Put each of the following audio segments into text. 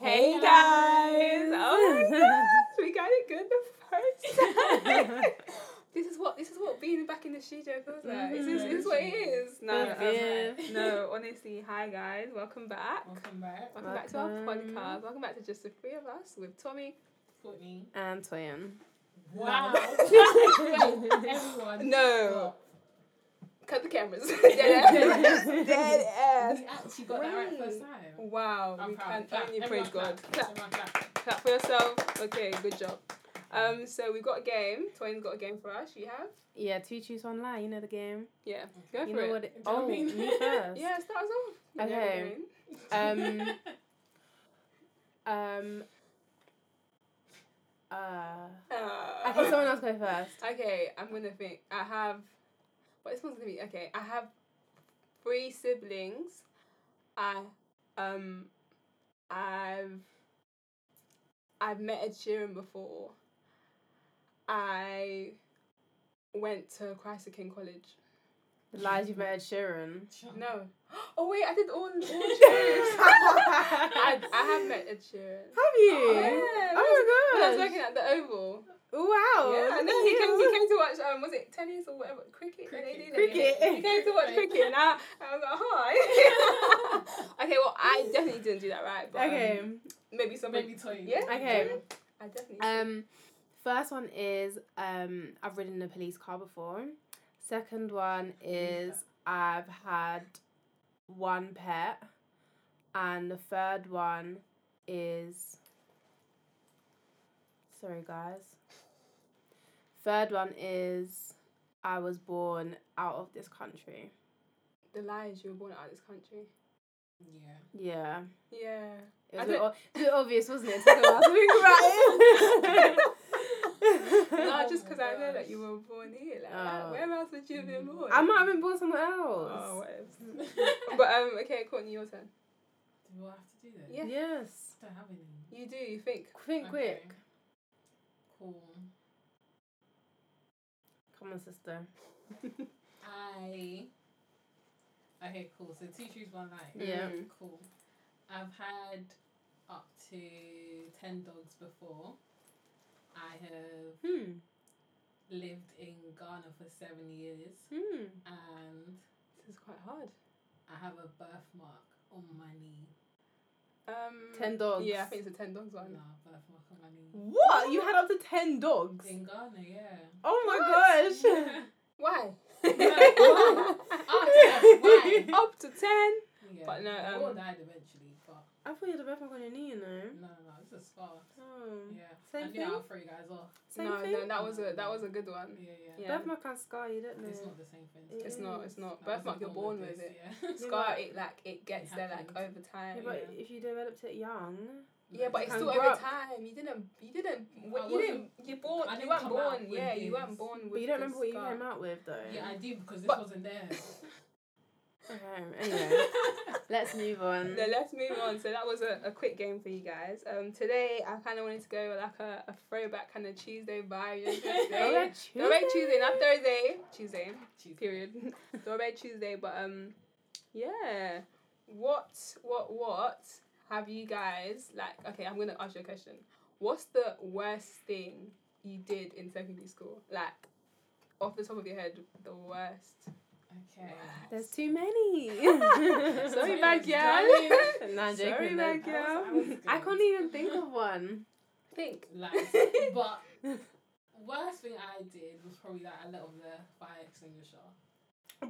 Hey guys! Oh my gosh, we got it good the first time. this is what this is what being back in the studio feels like. This, Mm-hmm. is, this is what it is. No, Feels um, good. no, honestly, hi guys, welcome back. Welcome back, Welcome back to our Welcome. podcast. Welcome back to just the Oh. three of us with Tommy. Courtney. And Toyin. Wow. Everyone. No. Stop. Cut the cameras. Dead air. Dead air. We actually got that right first time. Wow, I'm we proud. can Clap. only Everyone praise God. clap. Clap, Everyone clap. clap for yourself. Okay, good job. Um, so we've got a game. Toyin's got a game for us. You have? Yeah, two choose one lie. You know the game. Yeah. Go for you know it. what? It, Do you know oh, what I me mean? first. Yeah, start us off. You know the Okay. game. Um, Um. Uh. Uh, Okay, someone else go first. Okay, I'm gonna think. I have. What this one's gonna be? Okay, I have three siblings. I um, I've I've met Ed Sheeran before. I went to Christ the King College. The lies you've met Ed Sheeran. No. Oh wait, I did all all Sheeran. I, I have met Ed Sheeran. Have you? Yeah, oh When I my was gosh. working at the Oval. Wow. Yeah, and then he came, he came to watch, um, was it tennis or whatever? Cricket? Did they do that? Cricket. He came to watch cricket, and I, I was like, hi. okay, well, I definitely didn't do that right, but um, Okay. maybe somebody. Maybe Toyin. Yeah. Okay. I definitely. Um, first one is um, I've ridden a police car before. Second one is I've had one pet, and the third one is sorry guys. Third one is I was born out of this country. the lies you were born out of this country. Yeah. Yeah, Yeah. it I was a don't- bit, o- it was a bit obvious, wasn't it? It took a while to think about it. Not Oh just because my I know that gosh. you were born here. Like, Oh. where else would you have been born? I might have been born somewhere else. Oh, whatever. but um, okay, Courtney, your turn. Do I have to do this? Yeah. Yes. I don't have any. You do. You think. Think quick. Okay. Cool. Come on, sister. I. Okay, cool. So two choose one light. Yeah. Mm. Cool. I've had up to ten dogs before. I have Hmm. lived in Ghana for seven years, Hmm. and This is quite hard. I have a birthmark on my knee. Um, Ten dogs. Yeah, I think it's a ten Oh. dogs one. No, birthmark on my knee. What? You had up to ten dogs? In Ghana, yeah. Oh my What? gosh. Why? why? Why? Up to ten. Ah, yeah. But no, they all um, died eventually. But I thought you had a birthmark on your knee, you know. no, no, no, it's a scar. Oh. Yeah, Same I knew I thing? Mm. was three guys off. Same no, thing. no, that was a that was a good one. Yeah, yeah. Yeah. Birthmark and scar, you don't know. It's not the same thing. It It's not. It's I not. wasn't Birthmark, you're born with this, it. Yeah. Yeah, Scar, but- it like it gets It there like happens. over time. yeah, Yeah, but if you developed it young, but you it's can still grow over up. time. You didn't. You didn't. I You didn't. You born. I You didn't weren't come out born. with Yeah, you this. weren't born with. but you don't remember what you scar. came out with though. Yeah, I do because this But- wasn't there. Okay. Anyway, let's move on. No, let's move on. So that was a, a quick game for you guys. Um, today I kind of wanted to go like a, a throwback kind of Tuesday vibe. You know, Oh, Tuesday. yeah, Throwback Tuesday, not Thursday. Tuesday. Jeez. period. Throwback Tuesday, but um, yeah. What what what have you guys like? Okay, I'm gonna ask you a question. What's the worst thing you did in secondary school? Like, off the top of your head, the worst. Okay. There's too many. Sorry, Sorry, bad darling. girl. Nah, joking, Sorry, no. bad girl. I was- was I good. can't even think of one. Think. Like, but worst thing I did was probably that I let off the fire extinguisher.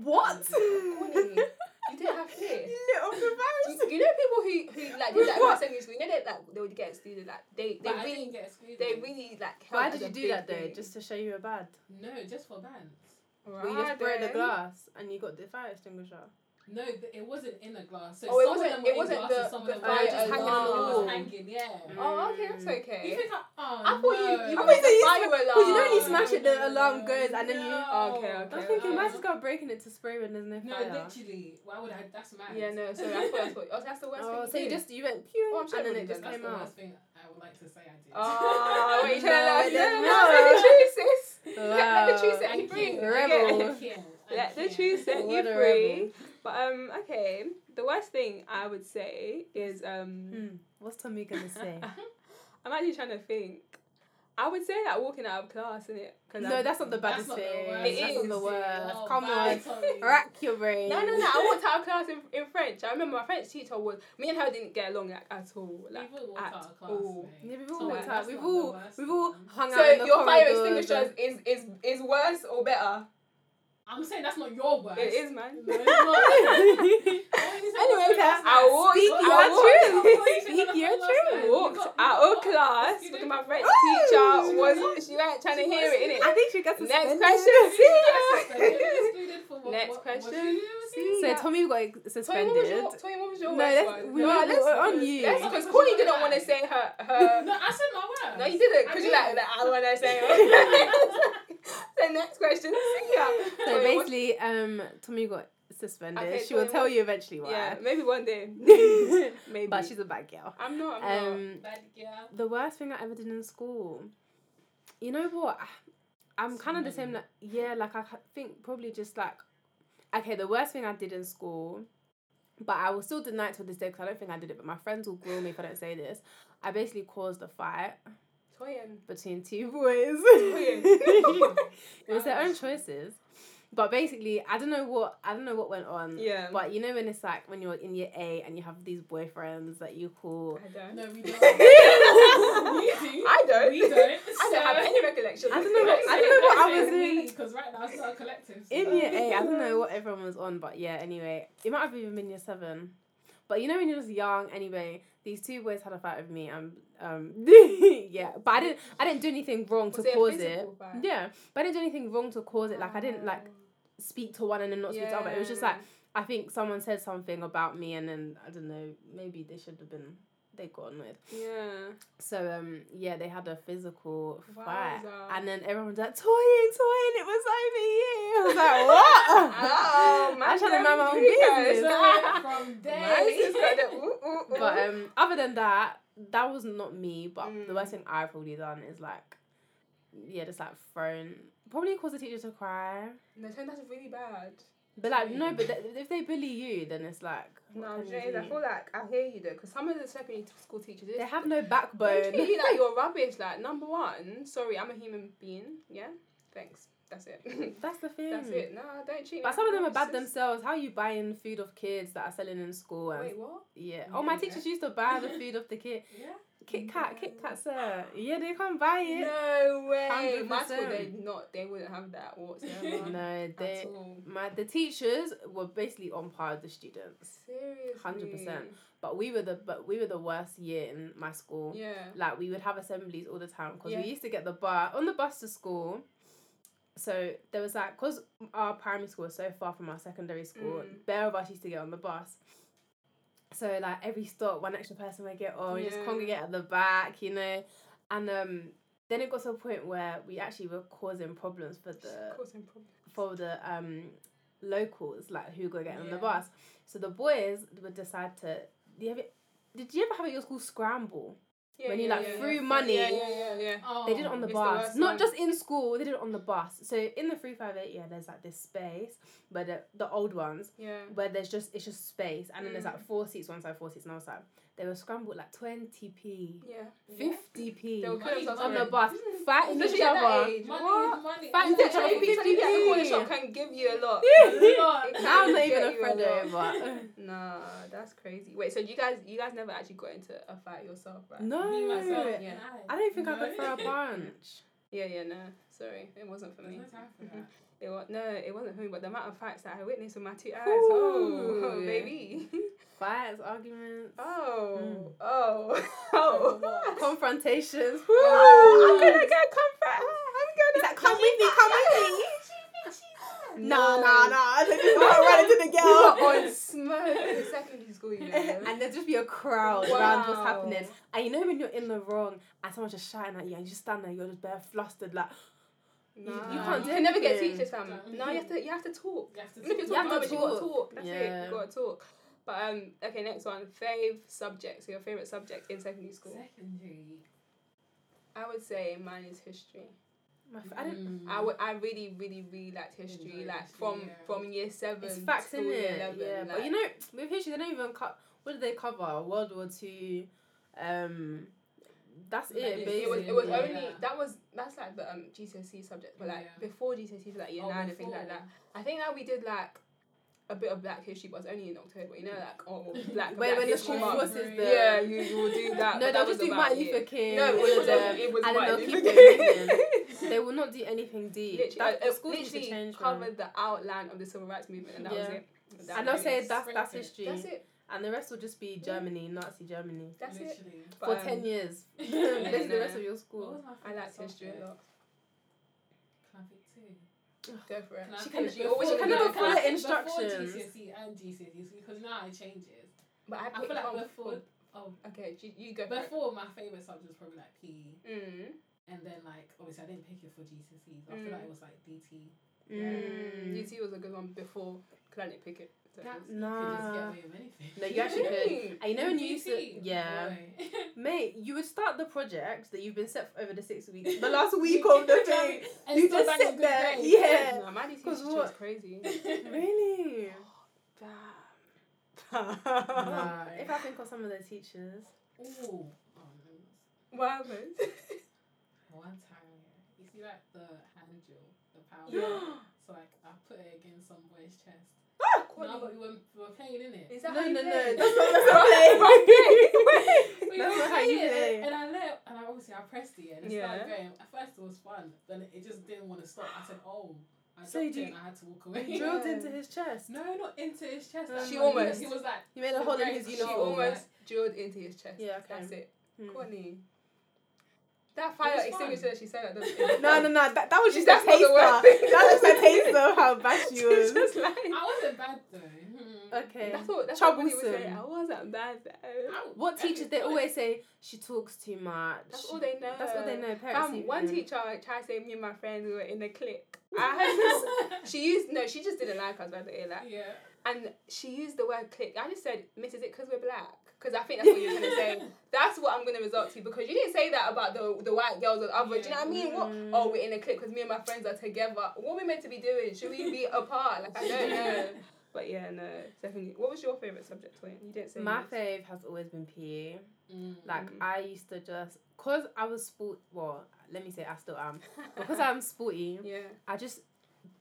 What? Corny. You didn't have fear. Little You, device. you know people who, who like did With that in what? secondary school. You know they like they would get excluded. Like they they But I really didn't get excluded. they really like. held Why it did you as a do big that though? thing. Just to show you were bad. No, just for bands. Were you just broke the Right then. glass and you got the fire extinguisher? No, th- it wasn't in a glass. So Oh, it some wasn't- of them were it wasn't in glass the- and some the of fire them were just hanging alarm. on the Oh. wall. hanging, yeah. Oh, okay, that's Mm. okay. You think I, oh, I thought you- oh, no. you I mean, so you smash- were Fire 'cause you know when you alarm. smash it, the alarm goes and then you. Okay, No. okay. uh, I'm thinking, okay. might just go breaking it to spray when there's no No, fire. literally. Why would I? That's mad. Yeah, no, sorry, I thought that's what. Oh, that's the worst oh, thing. so you did. just you went pew Oh, I'm sure and then I it would've just done That's came the out. worst thing I would like to say I did. Oh, wait, you trying No, you to like, no, don't no, know. let the truth, sis. Let the Wow. truth set I you can't. free. Rebel. Yeah. I can't. I Let the can't. truth set What you a free. rebel. But um, okay, The worst thing I would say is um Hmm. What's Tommy gonna say? I'm actually trying to think. I would say that walking out of class, innit? 'Cause no, I'm- that's not the baddest not the thing. worst. That's not the It worst. Oh, Come bye, on, Tommy. rack your brain. No, no, no. I walked out of class in, in French. I remember my French teacher was me and her didn't get along like, at all. Like, We've all walked at out of class, all. Yeah, mate. we've all So walked that's out. We've not the all worst we've all one. hung out. in so the your fire corridors extinguishers is, is is worse or better? I'm saying that's not your worst. It is, man. No, it's not. and- Anyway, that's- I walked. Speak I your walked- truth. Speak your I truth. walked out of class because my French teacher was she weren't trying to She hear I it, innit? think she gets Next suspended. question. Next Next question. So Tommy got ex- Tony, what was suspended. your, Tony, what was your No, worst that's- one? we no, were- let's, we were on you. let's Okay, because so Courtney you didn't lied. want to say her Um, her. No, I said my worst. No, you didn't. I Cause you like didn't. that. I want to say. it. so next question. See ya. So Wait, what's- basically, um, Tommy got suspended. Okay, she will Tommy, tell what- you eventually yeah, why. maybe one day. maybe. but she's a bad girl. I'm not. I'm not. Um, Bad girl. the worst thing I ever did in school. You know what? I'm So kind of the same. many. Like, yeah, like I ca- think probably just like, okay, the worst thing I did in school, but I will still deny it to this day because I don't think I did it. But my friends will grill me if I don't say this. I basically caused a fight Toyin. between two boys. it Oh was their own choices, but basically, I don't know what I don't know what went on. Yeah. But you know when it's like when you're in year A and you have these boyfriends that you call. I don't. No, we don't. I We do. don't. We don't. I don't have any recollection. I don't know what- I don't know what I was doing. Because right now it's not a collective. so- In year eight, I don't know what everyone was on, but yeah, anyway, it might have even been year seven. But you know when you're just young, anyway, these two boys had a fight with me. Um, um, yeah, but I didn't, I didn't do anything wrong Was to it a cause it. physical fight? Ah. Yeah, but I didn't do anything wrong to cause it. Like I didn't like speak to one and then not speak to other. It was just like I think someone said something about me, and then I don't know, maybe they should have been they got on with. Yeah. So um, yeah, they had a physical fight, Wowza. and then everyone was like, "Toyin, Toyin, it was over you." I was like, "What?" Oh, man, I tried to mind my own don't do that. business. So from there. Mine's just got the ooh, ooh, ooh. but um, other than that, that was not me. But the Mm. worst thing I've probably done is like, yeah, just like thrown. Probably caused the teacher to cry. no, Toyin, that's really bad. But like, Really? no, but th- if they bully you, then it's like, what No, can I'm you joking. I do? feel like I hear you though, because some of the secondary school teachers they they have no they backbone. treat you like you're rubbish. Like number one, sorry, I'm a human being. Yeah, thanks. That's it. That's the thing. That's it. No, don't treat. me But like some of a them are bad narcissist. themselves. How are you buying food of kids that are selling in school? And Wait, what? yeah. Oh, my Yeah. teachers used to buy the food of the kid. Yeah. Kit Kat, Kit Kat, sir. Yeah, they can't buy it. No way. My 100%. school, they not. They wouldn't have that whatsoever. No, At they. all. My the teachers were basically on par with the students, Seriously. 100%. but we were the but we were the worst year in my school. Yeah. Like we would have assemblies all the time because Yeah. we used to get the bar on the bus to school. So there was like because our primary school was so far from our secondary school, Mm. bare of us used to get on the bus. So like every stop, one extra person would get on, we just Yeah. congregate at the back, you know, and um. Then it got to a point where we actually were causing problems for the Causing problems. for the um locals, like who go get on the Yeah. bus. So the boys would decide to. Do you ever, did you ever have at your school scramble? Yeah, when you, yeah, like, yeah, threw yeah. money. Yeah, yeah, yeah, yeah. Oh, They did it on the it's the bus, worst not one. just in school. They did it on the bus. So in the three five eight, yeah, there's like this space, but the, the old ones Yeah. where there's just it's just space, and then there's Mm. like four seats one side, four seats another side. They were scrambled like twenty p, Yeah. fifty p They were Money, killing themselves on for the it. bus, fighting each Especially at that other. age. Money What? is money. Fact, And It's literally, actually people trying to get at the corner shop 50p. can give you a lot. Yeah. It Now I'm can not even get a you friend lot. anymore. Nah, that's crazy. Wait, so you guys, you guys never actually got into a fight yourself, right? No, Me, myself, and Yeah. I don't think I No. could throw a bunch. Yeah, yeah, no. Sorry, it wasn't for There's me. no time for that. It was no, it wasn't for me. But the amount of fights that I witnessed with my two eyes, Ooh. oh, baby, Fights, arguments, oh, Mm. oh, Over oh. what? confrontations. Oh, Woo! I'm gonna go comfort her. I'm gonna He's like, come with me, come with me. No. no. This is not right to the We were on smoke in secondary school, you know. And there'd just be a crowd around what's happening. And you know when you're in the wrong and someone's just shouting at you and you just stand there, you're just bare flustered, like, No. You- You you can't. can't You can never get do teachers, fam. anything. No, you have to. You have to talk. You have to Even if talk you're talking about rubbish, to you it. gotta talk. That's it. Yeah. You gotta talk. But um, okay. Next one. Fave subjects. Your favorite subject in secondary school. Secondary. I would say mine is history. My f- I didn't. Mm. I, w- I really, really, really liked history. Enjoyed like history, from yeah. from year seven. It's facts, till isn't year it? 11, yeah, but like- you know, with history, they don't even cut. What did they cover? World War Two. Um, that's Like it. this, Basically. it was it was Yeah. only that was that's like the um GCSE subject, but like Yeah. before GCSE for E, like year Oh, nine and things like that. before. I think that we did like a bit of black history, but it was only in October. You know, Mm. like oh black Wait, black when the history school month. month. forces forces the Yeah, you you will do no, that. but they'll that just was do about Martin Luther King. No, it was um, um, it was and then Martin they'll Luther keep doing King. it. They will not do anything deep. Literally, that, uh, the schools need to literally change, man. covered the outline of the civil rights movement, and that was Yeah. it. That And they'll was say it. that's that's Sprint it. history, that's it. and the rest will just be Germany, Nazi Germany, That's it. Literally. But, for um, ten years. Yeah, Basically, the no. rest of your What school. was my I favourite liked history subject? a lot. Can I pick two? Go for it. Can I She pick can- two? she always- Before- she can never no, follow I pick instructions. Before GCSE E and GCSEs because now it changes. But I, I picked feel like one before, oh, Okay, you, you go. For before my favorite subject was probably like PE, it. Mm. and then like obviously I didn't pick it for GCSEs. E, I Mm. feel like it was like DT. Mm. DT was a good one before Planet Picket. So That it was- you could just Nah. get Ah. away with anything. No, you actually could. Really? And you know when you used to, DT? yeah, Boy. mate, you would start the project that you've been set for over the six weeks, the last week of the thing. And You still just bang a sit good there, grade. yeah. No, my DT 'Cause teacher was what- crazy. Really? Damn. Oh, Nah. no. If I think of some of the teachers, Ooh. Oh, no. What happened? One time, you see like the hand drill, the power. drill? no, so like I put it against some boy's chest. No, but we were, we were playing in it. Is that No, how you no, no, play? that's not- that's We That's were not how you playing play. it, And I let, and I obviously I pressed it and it Yeah. started going. At first it was fun, then it just didn't want to stop. I said, oh, I So dropped you- it and I had to walk you away. drilled Yeah. into his chest. no, not into his chest. No, She no, he- almost- He was like, You made a hole in his She uniform. almost drilled into his chest. Yeah, okay. That's it. Mm. Courtney. That was fire fun. extinguisher that she said at the No, no, no. That, that was just That's a not taste. the worst thing. That was a taste of how bad she She was. was just like. I wasn't bad though. Hmm. Okay. That's what that's what we would say. Troublesome. I wasn't bad. I would- What I could teachers? They do it. always say she talks too much. That's all they know. That's all they know. Parents. Um, even. one teacher tried to say me and my friends were in a clique. I had this. She used no. She just didn't like us by the way, like, Yeah. and she used the word clique. I just said, Miss, is it because we're black? Because I think that's what you're gonna say. That's what I'm gonna resort to because you didn't say that about the the white girls or other. Do you know what I mean? What? Mm. Oh, we're in a clique because me and my friends are together. What are we meant to be doing? Should we be apart? Like I don't know. But yeah, no. Definitely. What was your favorite subject? When you didn't say My yours. fave has always been PE. Mm. Like Mhm. I used to just cause I was sport. Well, let me say I still am because I'm sporty. yeah. I just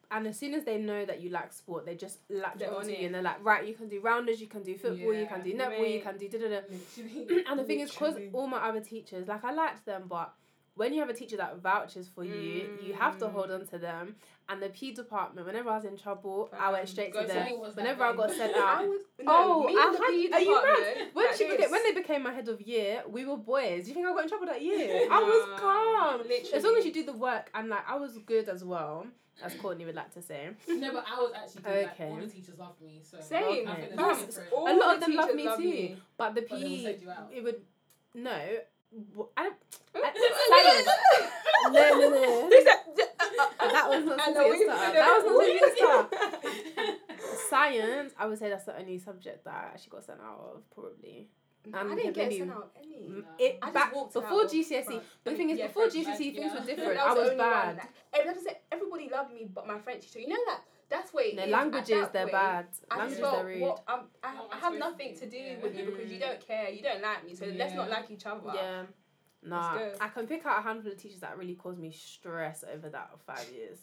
and as soon as they know that you like sport, they just latch They're onto on you it. and they're like, right, you can do rounders, you can do football, you Yeah, can do netball, you mate. can do da da da. Literally. and the thing is, because Literally. all my other teachers, like I liked them, but when you have a teacher that vouches for you, you have to Mm. hold on to them. And the P department, whenever I was in trouble, I Um, went straight go to to them. school was that Whenever I got thing. sent I out, was, no, Oh, me I and the had- PE are you department, when like she this. became, when they became my head of year, we were boys. Do you think I got in trouble that year? I was Nah, calm. Literally. As long as you do the work, and like I was good as well, as Courtney would like to say. no, but I was actually good. Like, all Okay. the teachers loved me. So Same. I Okay. think That's- that's different. all a lot of the them love teachers me love too. me. But the But they will PE, send you out. it would no. w- I don't. Silence. No, no, no. They said- uh, That was not supposed And to we- be a star. and That we- was not supposed to be a star. I Science, I would say that's the only subject that I actually got sent out of, probably. I And didn't get maybe- sent out any. Mm, No. It I just back walked before out of GCSE. front. E, But I the mean, thing is, yeah, before GCSE, French, like, E, things were yeah. That different. the I was only one. bad. Like, everybody said everybody loved me, but my French teacher. You know that that's where it No, is at languages, that they're way. bad. I just Languages, felt they're rude. Mm. what I'm, I, Not I have much nothing with to you, do yeah. with you because you don't care, you don't like me, so let's not Yeah. like each other. Yeah. Nah, Let's go. I can pick out a handful of teachers that really caused me stress over that five years.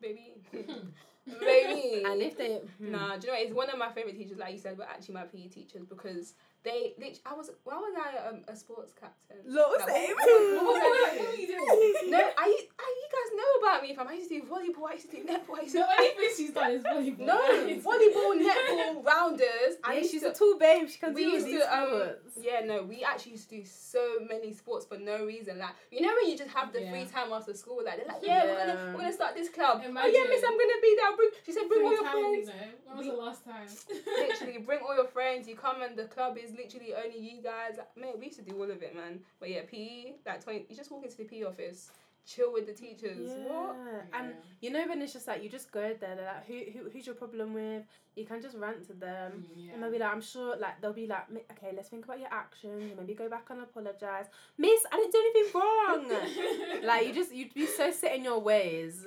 Baby, baby. And if they. hmm. Nah, do you know what? it's one of my favorite teachers, like you said, were actually my PE teachers because they literally. I was why was I um, a sports captain? Lol, Like, same. what was I doing? No, I, I you guys know about me. Fam, I used to do volleyball. I used to do netball. I used to The only thing she's done is volleyball. no volleyball, netball, rounders. I Yeah, used she's to, a tall babe. She can we do all used these to, um, sports. yeah, no, we actually used to do so many sports for no reason. Like you know when you just have the Yeah. free time after school, like they're like, yeah, we're Yeah. gonna we're gonna start this club. Oh Imagine. yeah, miss, I'm gonna be there. Bring, she said, bring all Three your friends. times, you know? When was the last time? literally bring all your friends you come and the club is literally E, only you guys like, mate we used to do all of it man but yeah PE like 20 you just walk into the PE E office chill with the teachers. What? And you know when it's just like you just go there, they're like, who, who who's your problem with? You can just rant to them. Mm, yeah. And they'll be like, I'm sure, like, they'll be like, "Ma- okay, let's think about your actions. Maybe go back and apologize. Miss, I didn't do anything wrong. like, you just, you'd be so set in your ways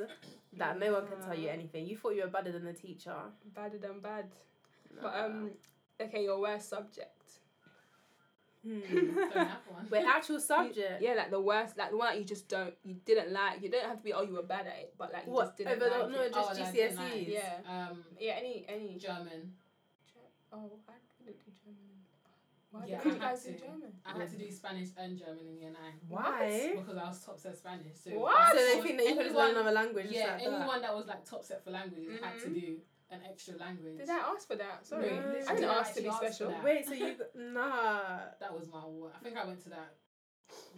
that no one can tell you Yeah. anything. You thought you were better than the teacher. Badder than bad. But um, okay, your worst subject. Hmm. Don't have one. Wait, actual subject. Yeah, like the worst, like the one that you just don't, you didn't like. You don't have to be, oh, you were bad at it, but like you What? just didn't Overall- like no, it. just Oh, like, GCSEs. like, Yeah. Um, Yeah, any, any. German. Oh, I couldn't do German. Why Yeah, did you I had guys do to. German? I had to Um, do Spanish and German in year nine Why? because I was top set Spanish. So What? So they was- think that you could just learn anyone- another language. just Yeah, like that. anyone that was like top set for languages had to Mhm. do an extra language. Did I ask for that? No, Sorry. No. literally, I didn't ask to actually be asked for special. that. Wait, so you got, nah. That was my word. I think I went to that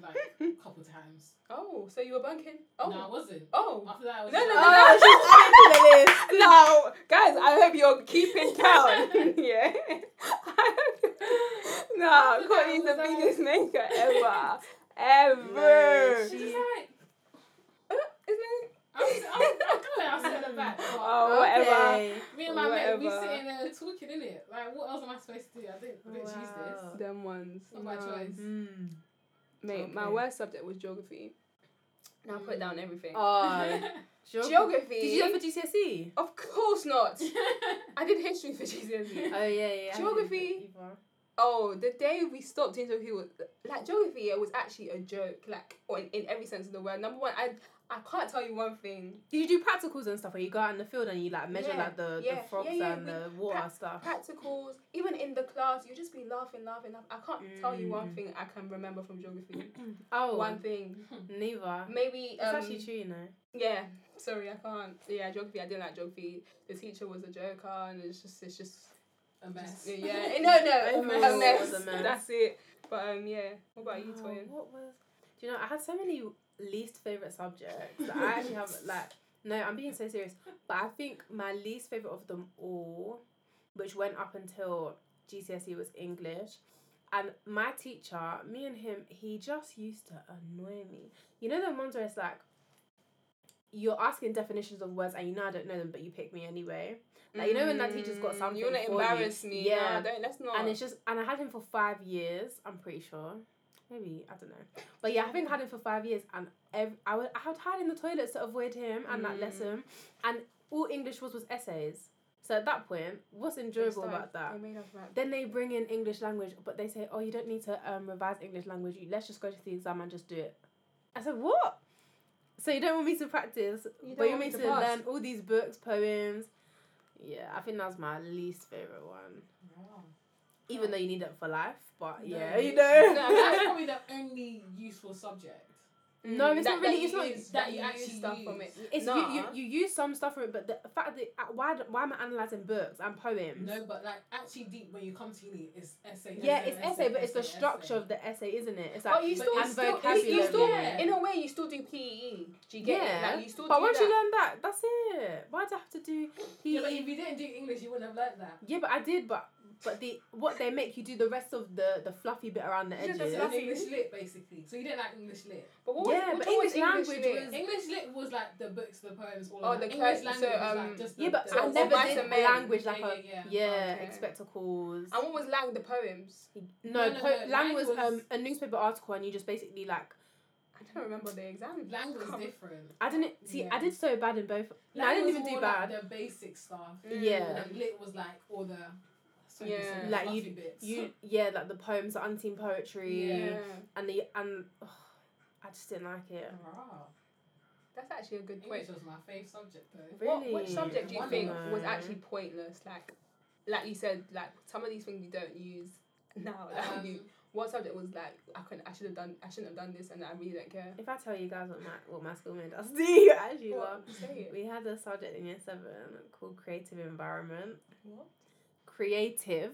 like a couple times. Oh, so you were bunking? Oh. No, I wasn't. Oh. After that, I was No, just no, like, no, Oh, she's adding to the list. No, guys, I hope you're keeping count. yeah. no, After Courtney's the that, I was biggest maker ever. Ever. No, She's she- like, Uh, isn't it? I'm, I'm, I'm good. I'm sitting at the back. But Oh, whatever. Okay. me and my mate, we whatever. sitting there talking in it. Like, what else am I supposed to do? I didn't, I didn't choose Wow. this. Them ones. Um, Not my choice. Hmm. Mate, my Okay. worst subject was geography. Now put down everything. Uh, Oh, geography. geography? Did you do it for GCSE? Of course not. I did history for GCSE. Oh yeah, yeah. yeah. Geography. Oh, the day we stopped doing geography was like geography. It was actually a joke, like or in, in every sense of the word. Number one, I I can't tell you one thing. Did you do practicals and stuff where you go out in the field and you like measure Yeah, like the, yeah, the frogs yeah, yeah, and we- the water prac- stuff? Practicals, even in the class, you just be laughing, laughing, laughing. I can't tell you one Mm. thing I can remember from geography. Oh, One thing, neither. maybe. It's Um, actually true, you know. yeah. Sorry, I can't. Yeah, geography. I didn't like geography. The teacher was a joker, and it's just, it's just, a mess. yeah. eh, No, no, A a mess. mess. It was a mess. Oh. That's it. But um, yeah. What about you, Wow, Toyin? What was? Do you know? I had so many least favorite subjects. that I actually have like no. I'm being so serious, but I think my least favorite of them all, which went up until GCSE, E was English. And my teacher, me and him, he just used to annoy me. You know the ones where it's like, you're asking definitions of words and you know I don't know them, but you pick me anyway. Like, you know when that teacher's got Mm, something You wanna for you? embarrass me? Yeah. Yeah. don't, let's not. And it's just, and I had him for five years. I'm pretty sure, maybe I don't know, but yeah, I think I had him for five years, and ev- I would I had hide in the toilets to avoid him and that Mm. lesson, and all English was was essays. So at that point, what's They enjoyable started- about that? They made us rap. Then they bring in English language, but they say, oh, you don't need to um, revise English language. You, let's just go to the exam and just do it. I said, what? So you don't want me to practice, You but you don't want want me me to, to pass. learn all these books, poems. Yeah, I think that was my least favorite one Wow. even though you need it for life. But No, yeah, you No, literally. know. that's probably the only useful subject. No, it's That- not really- that it's you not- use- that that you you actually use stuff use. from it. It's Nah. you, you, you use some stuff from it, but the fact that uh, why d- why am I analyzing books and poems? No, but like actually deep when you come to uni, it's essay. yeah, essay, it's essay, but it's the essay, structure essay. of the essay, isn't it? It's But like, you but still, and you still, you- you vocabulary. still, Yeah. in a way, you still do PE. Do you get Yeah. it? Like you still but do once that. you learn that, that's it. Why do I have to do? He, Yeah, but E. if you didn't do English, you wouldn't have learned that. yeah, but I did, but but the what they make you do the rest of the the fluffy bit around the Yeah, that's edges. So Yes. it was English lit basically. So you didn't like English lit. but what was, Yeah, which but one English was language lit? was- English lit was like the books, the poems, all Oh, of that. the English cur- language so, was um, like just the, yeah, but the I so never vice did and men. language like yeah, a yeah, yeah. yeah, Okay. expectacles. And what was Lang the poems? No, No, no, po- no, Lang Lang was was- um, a newspaper article, and you just basically like I don't remember the exam. Lang was Come- different. I didn't see. I Yeah. did so bad in both. No, I Lang didn't was even do more bad. Like the basic stuff. Mm. Yeah. And lit was like all the so Yeah. yeah, Like, you- bits. you yeah, like the poems, the unseen poetry, Yeah, and the and ugh, I just didn't like it. Wow. that's actually a good point. English was my fave subject though. What, Really? which subject do you One think of was them. actually pointless? Like, like you said, like some of these things you don't use now. Like Um, you, what subject was like I couldn't, I should have done, I shouldn't have done this, and I really don't care. If I tell you guys what my what my school made us do, actually, well, What? Say it. we had a subject in year seven called creative environment. What? Creative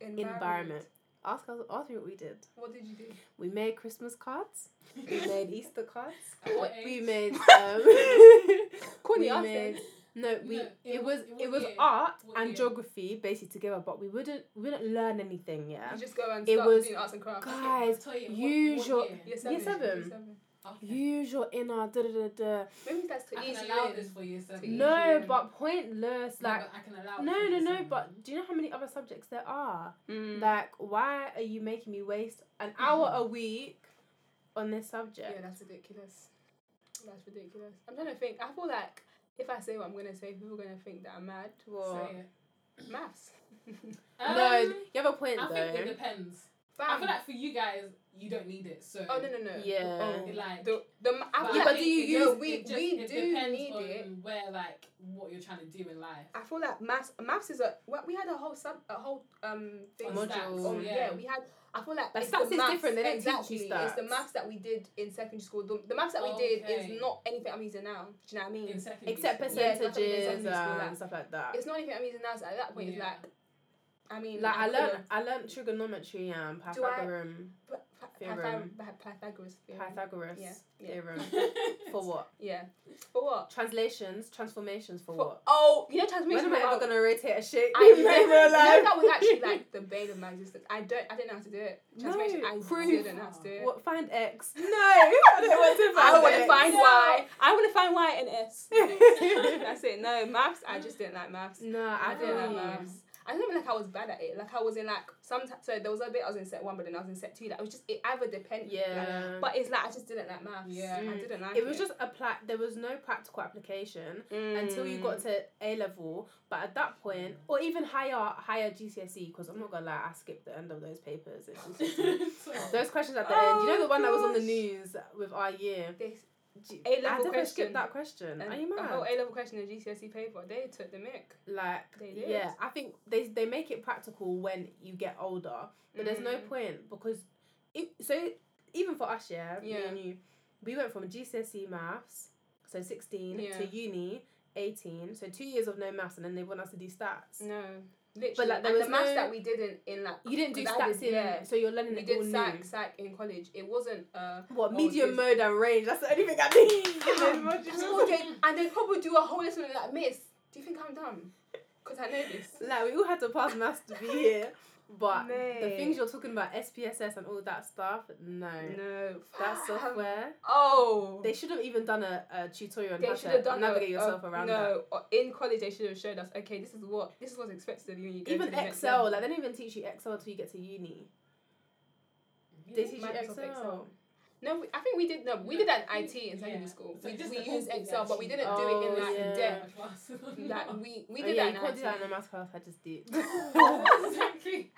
environment. Ask us. Ask me what we did. What did you do? We made Christmas cards. We made Easter cards. At what We age? made. Um, Courtney we asked made- them. No, we No, it, it was was- it what was year? art What and year? geography basically together, but we wouldn't we wouldn't learn anything. Yeah, You just go and It start was- doing arts and crafts. guys, Toyin, what- what usual- year? Year seven. seven. year seven. Okay. Use your inner da da da da. Maybe that's too I easy. can allow innit? this for you, so To ease No, you. but pointless. Like I can allow. it no, for you, no, no. so- But do you know how many other subjects there are? Mm. Like, why are you making me waste an hour a week on this subject? Yeah, that's ridiculous. That's ridiculous. I'm trying to think. I feel like if I say what I'm gonna say, people are gonna think that I'm mad. Well, Say it. Maths. no, Um, you have a point I though. think it depends. I Bam. feel like for you guys, you don't need it. So oh no no no. Yeah. Oh, like the the ma- I but feel Yeah, I like do think you it use- just- no, we it just- we it do depends need on it. Where like what you're trying to do in life. I feel like maths maths is a well, we had a whole sub a whole um thing On Module. stats, on- yeah. oh, yeah. we had I feel like Oh, But it's the stats is maths- different, they don't teach you exactly. It's the stats. maths that we did in secondary school. The, the maths that we did Okay. is not anything I'm using now. Do you know what I mean? in secondary Mm. Except school. Yeah, that's what I'm percentages saying, and like- stuff like that. it's not anything I'm using now. So at that point, it's Yeah. like I mean, Like I could've- learned, I learned trigonometry and Do I- Pythagorean, Py- Py- Theorem. Pythag- Py- Pythagoras theorem. Pythagoras Yeah, yeah. theorem. um, For what? yeah. For what? Translations, transformations for, For- what? Oh, you know When transformation. am I ever about- gonna rotate a shape? I in never, my you know, life? that was actually like the bane of my existence. I don't, I didn't know how to do it. Transformation, No, I proof. didn't know how to do it. What find X? No, I don't want to find. I want to X. find No. Y. I want to find Y and S. That's it. No maths. I just didn't like maths. No, I didn't like No. maths. I don't even like I was bad at it. Like I was in like sometimes. So there was a bit I was in set one, but then I was in set two. That was just it either depended. Yeah. but it's like I just didn't like maths. Yeah. I Mm. didn't like it. it was just apply. There was no practical application until you got to A level. But at that point, or even higher, higher GCSE. Because E, I'm not gonna lie, I skipped the end of those papers. It was just- those questions at the end. You know the one that was on the Oh, news with our year. Mm. this G- A I level definitely question. skipped that question. and Are you a mad? whole A level question in GCSE E paper. They took the mic. Like They did. yeah, I think they they make it practical when you get older, but there's no Mm. point because it, so even for us, yeah, me Yeah. and you, we went from GCSE E maths, so sixteen Yeah. to uni eighteen, so two years of no maths, and then they want us to do stats. No, literally. But, like, there and was the maths no- that we didn't in like You didn't do 'cause I stats did- in, yeah. so you're learning we it all did new. sac sac in college. It wasn't uh. What Oh, medium this- mode and range? That's the only thing I did. Damn, that's all they- and they probably do a whole lesson on that. Miss, do you think I'm dumb? Because I know this. like we all had to pass maths to be here, but the Mate. things you're talking about, SPSS and all that stuff, no. No, Um, That software. Oh, They should have even done a, a tutorial on They how should to have done navigate a- yourself a- around that. No, or in college they should have showed us. Okay, this is what this is what's expected of you. When you go Even to the next Excel, level. like they don't even teach you Excel until you get to uni. They teach you Microsoft Excel. Excel. No, we, I think we did. No, we did that in IT in secondary Yeah. school. So we just we the used whole- Excel, but we yeah, didn't Oh, do it in like yeah. depth. Like, Like we we Oh, did yeah, that. you in can't do IT. that in a math class. I just did. Exactly.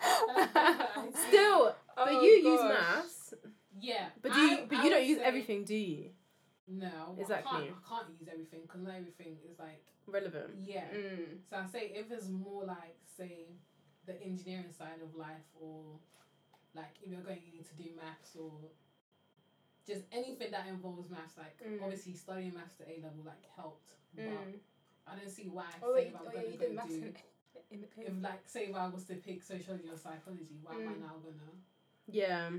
Still, but Oh, you use gosh. maths. yeah. But do you? I- but I you don't would use say- everything, do you? No. I Exactly. can't, I can't use everything because not everything is like Relevant. yeah. Mm. So I say if it's more like say the engineering side of life or like if you're going to do maths or just anything that involves maths, like Mm. obviously studying maths to A level like helped. But Mm. I don't see why Oh say wait, if I'm oh yeah, gonna you go did maths do in, in the paper. if like say if I was to pick sociology or psychology, why am I Mm. now gonna Yeah.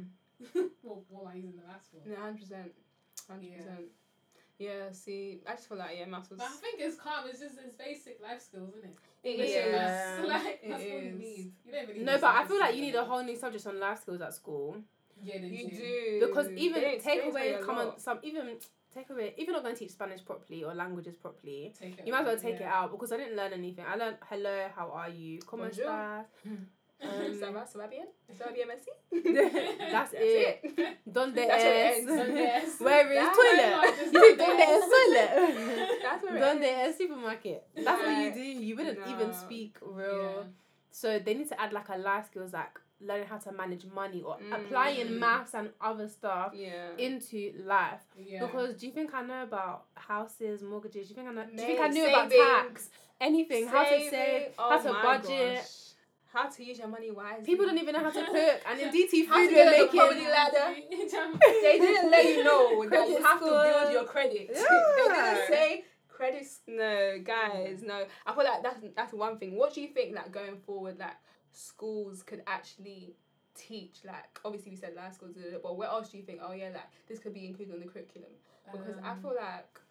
what, what am I using the maths for? No, hundred percent, hundred Yeah. percent. Yeah, see, I just feel like yeah, maths was. But I think it's calm, it's just it's basic life skills, isn't it? It Which is. is, Yeah. like It that's all you is. need. You don't really No, need but I science feel to like do you need that. a whole new subject on life skills at school Yeah, they You do. do because even They take explain away to you a common lot. some even take away if you're not going to teach Spanish properly or languages properly. Take it You might as well away, take yeah. it out because I didn't learn anything. I learned hello, how are you, como Bonjour. estás? Um, Ça va, ça va bien, ça va bien, merci. That's it. Donde That's where it es? ends. Donde es. Where is That's toilet? where You think my- donde es toilet? That's where it Donde ends. es supermarket? That's what you Like, do. You wouldn't even no. speak real. So they need to add like a life skills like learning how to manage money or Mm. applying maths and other stuff Yeah. into life. Yeah. Because do you think I know about houses, mortgages? Do you think I know? Do you think I Mate, knew about saving. tax? Anything? How to save? Saving. Oh how to my budget. gosh. How to use your money wisely. People don't even know how to cook, and in DT How to food we're get on the making. property ladder. They didn't let you know that you Credit have to build score. your credit. they Yeah. didn't say credit. s- No, guys, no. I feel like that's that's one thing. What do you think like going forward, like schools could actually teach? Like obviously we said life schools, blah, blah, blah, but what else do you think? Oh yeah, like this could be included on the curriculum because I Um, feel like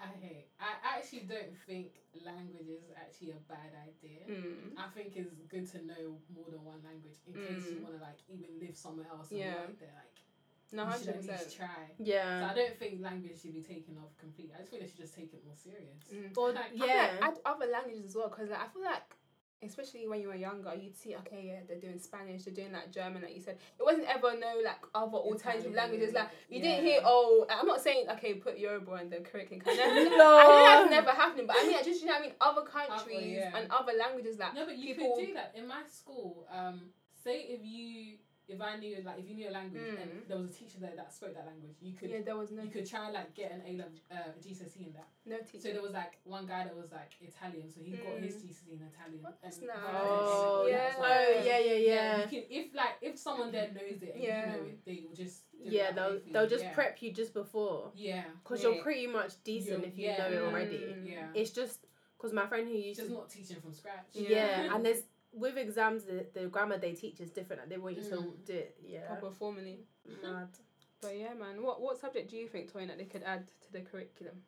I hate. I actually don't think language is actually a bad idea. mm, I think it's good to know more than one language in case you Mm. want to like even live somewhere else and Yeah. work there. Like No, you should hundred at least percent. try. So Yeah. I don't think language should be taken off completely. I just think they should just take it more serious. Mm. Or Like, I feel like yeah. add other languages as well because like, I feel like especially when you were younger you'd see okay yeah they're doing Spanish they're doing like German like you said it wasn't ever no like other alternative Italian, languages like you didn't yeah. hear oh I'm not saying okay put Yoruba and the Caribbean country I know No. that's never happening but I mean I just you know what I mean other countries yeah. and other languages like No, but you people- could do that in my school. Um, say if you if I knew like if you knew a language and Mm. there was a teacher there that spoke that language, you could yeah there was no you could try like get an A level uh, GCSE in that. no So teacher there was like one guy that was like Italian, so he got his Mm. GCSE E in Italian. Oh, that's and nice. violin Oh, and yeah. all that. Oh, yeah, yeah, You yeah. can, if like if someone there knows it, and Yeah. you know it, they will just do it Yeah, that way they'll, for you. they'll just yeah. prep you just before. Yeah, Because Yeah. you're pretty much decent You're- if you yeah. know it Mm. already. yeah. It's just because my friend who It's used just to. not teaching from scratch. Yeah. Yeah, and there's. With exams, the, the grammar they teach is different. Like they want you to Mm. do it. Yeah. proper formally Mad. but yeah man what what subject do you think Toyin that they could add to the curriculum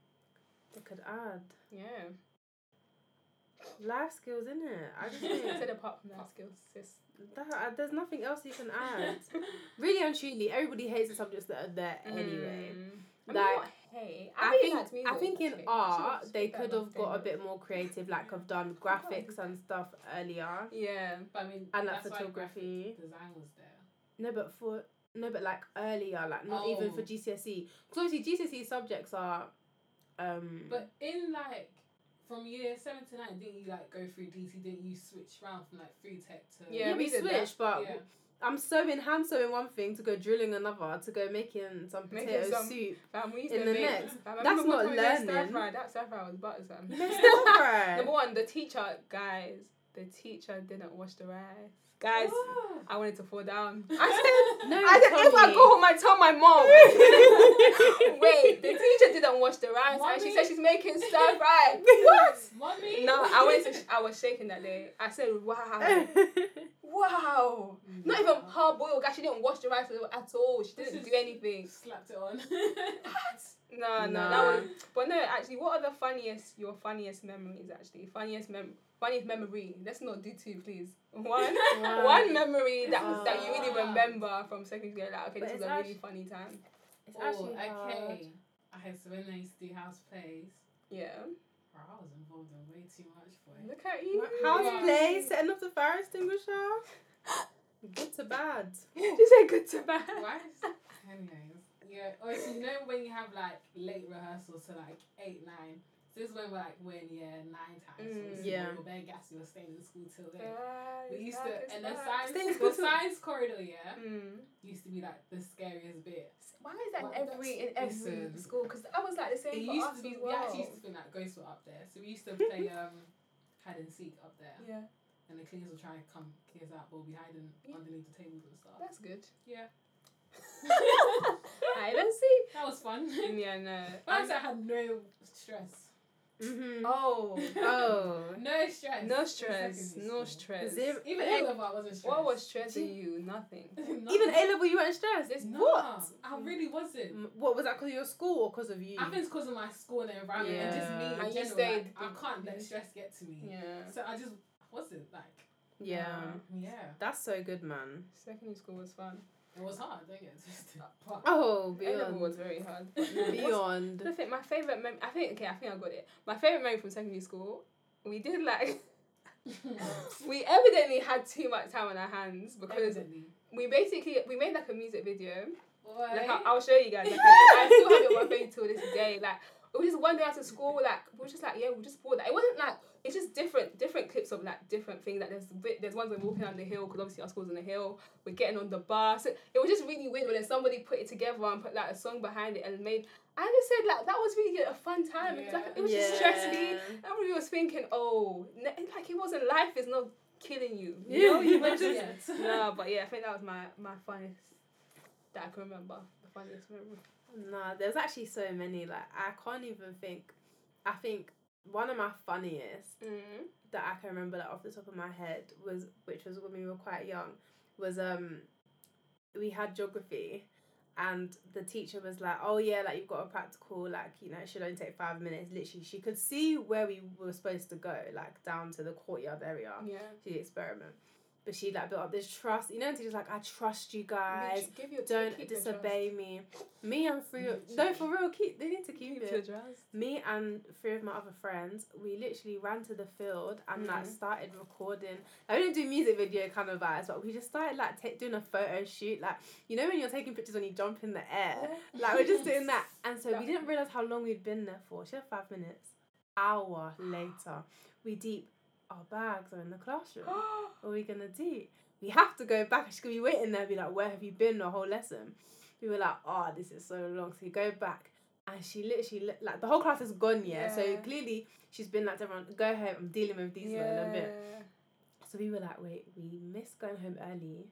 They could add yeah life skills in it. I just I think said apart from that skills sis that, uh, there's nothing else you can add. Really and truly, everybody hates the subjects that are there anyway. Mm. Like, I mean, not hey, I, I really liked think music. I think in Okay, art she was they fair could enough have got a then. bit more creative, like have done graphics and stuff earlier, Yeah. But I mean, and like that's why photography. design was there. No, but for no, but like earlier, like not even Oh. for GCSE. Because E. obviously GCSE subjects are, um, But in like from year seven to nine, didn't you like go through DT? Didn't you switch round from like free tech to Yeah, yeah, we we, did that. switched. But yeah. I'm sewing, hand sewing one thing to go drilling another to go making some Making potato some- soup. Fam, we used In to the make- next. Fam, I That's remember not when we were doing learning. Stir fry. That stir fry was butter, fam. Let's go for it. Number one, the teacher, guys. The teacher didn't wash the rice. Guys, I wanted to fall down. I said, No, I said, if I Tommy. go home, I tell my mom. Wait, the teacher didn't wash the rice, and she Mommy. said she's making stir fry. what? Mommy. No, I went to. Sh- I was shaking that day. I said, wow, wow. Not even hard boiled. She didn't wash the rice at all. She didn't This do is- anything. slapped it on. No, no, that Nah. was. But no, actually, what are the funniest? Your funniest memories, actually, funniest mem, funniest memory. Let's not do two, please. One, Wow. one memory that was that you really Ah. remember from second grade. Like, okay, But this was it's a really actu- funny time. It's oh, actually hard. okay. Okay, so when I used to do house plays, Yeah, bro, I was involved in way too much, boy. look at you. House Yeah. play, setting up the fire extinguisher. Good to bad. She said good to bad. Why? Anyways, yeah. Or if you know when you have like late rehearsals to like eight nine. So this is when we're like we're in year nine times. Mm. so Yeah. You're bare gas. You're staying in school till late. Guys, We used life is to, and the Stay life. in science, school the too. science corridor, yeah, Mm. used to be like the scariest bit. Why is that Well, in every in every that's- listen. school? Because I was like the same It for used us to be, as we well. actually used to think that ghosts were up there. So we used to play um, hide and seek up there, yeah, and the cleaners would try and come kick us out, but we'll be hiding Yeah. underneath the tables and stuff. that's good. Yeah, I don't see. that was fun. Yeah, no. But I had no stress. Mm-hmm. Oh. Oh. No stress. No in stress. secondary No school. stress. Zero- Even Hey, A level, I wasn't stressed. What was stressing you? Nothing. Even A level, you weren't stressed. It's No, what? I really wasn't. Mm. M- What was that? Cause of your school or cause of you? I think it's because of my school and environment and just me in Yeah. And you general. stayed- like, I can't let stress get to me. Yeah. So I just wasn't like yeah. yeah. That's so good, man. Secondary school was fun. It was hard. Don't get twisted. But Oh, A level beyond. was very hard. Beyond. The thing, my favorite mem- I think okay, I think I got it. My favorite memory from secondary school, we did like we evidently had too much time on our hands because Evidently. we basically we made like a music video. Boy. Like I'll, I'll show you guys. Like, I, I still have it on my phone till this day. Like it was just one day after school. Like we were just like yeah, we were just bored. Like, it wasn't like it's just different different clips of like different things. Like there's a bit there's ones we're walking down the hill because obviously our school's on the hill. We're getting on the bus. It was just really weird. But then somebody put it together and put like a song behind it and made. I just said like that was really a fun time. It was, like, it was just stressy. Everybody was thinking oh ne- like it wasn't life is not killing you. You know you were Not just yet. no, but yeah, I think that was my my funniest that I can remember. The funniest memory. Nah, there's actually so many. Like I can't even think. I think one of my funniest Mm. that I can remember like off the top of my head was which was when we were quite young was um we had geography and the teacher was like oh yeah like you've got a practical like you know it should only take five minutes literally she could see where we were supposed to go like down to the courtyard area Yeah. to the experiment But she like built up this trust. You know, and teacher's like, I trust you guys. Give your Don't keep your disobey me. Me and three of- Literally. no for real, keep they need to trust. keep Keep your it. trust. Me and three of my other friends, we literally ran to the field and like Mhm. started recording. Like, we didn't do music video kind of vibes, but we just started like ta- doing a photo shoot. Like you know when you're taking pictures when you jump in the air. Like we're just doing that, and so we didn't realize how long we'd been there for. She had five minutes. Hour later, we deep. Our bags are in the classroom. Oh, What are we gonna do? We have to go back. She's gonna be waiting there. Be like, where have you been the whole lesson? We were like, oh, this is so long. So we go back, and she literally li- like the whole class is gone. Yeah. So Yeah. clearly she's been like to everyone, go home. I'm dealing with these in a little bit. So we were like, wait, we missed going home early,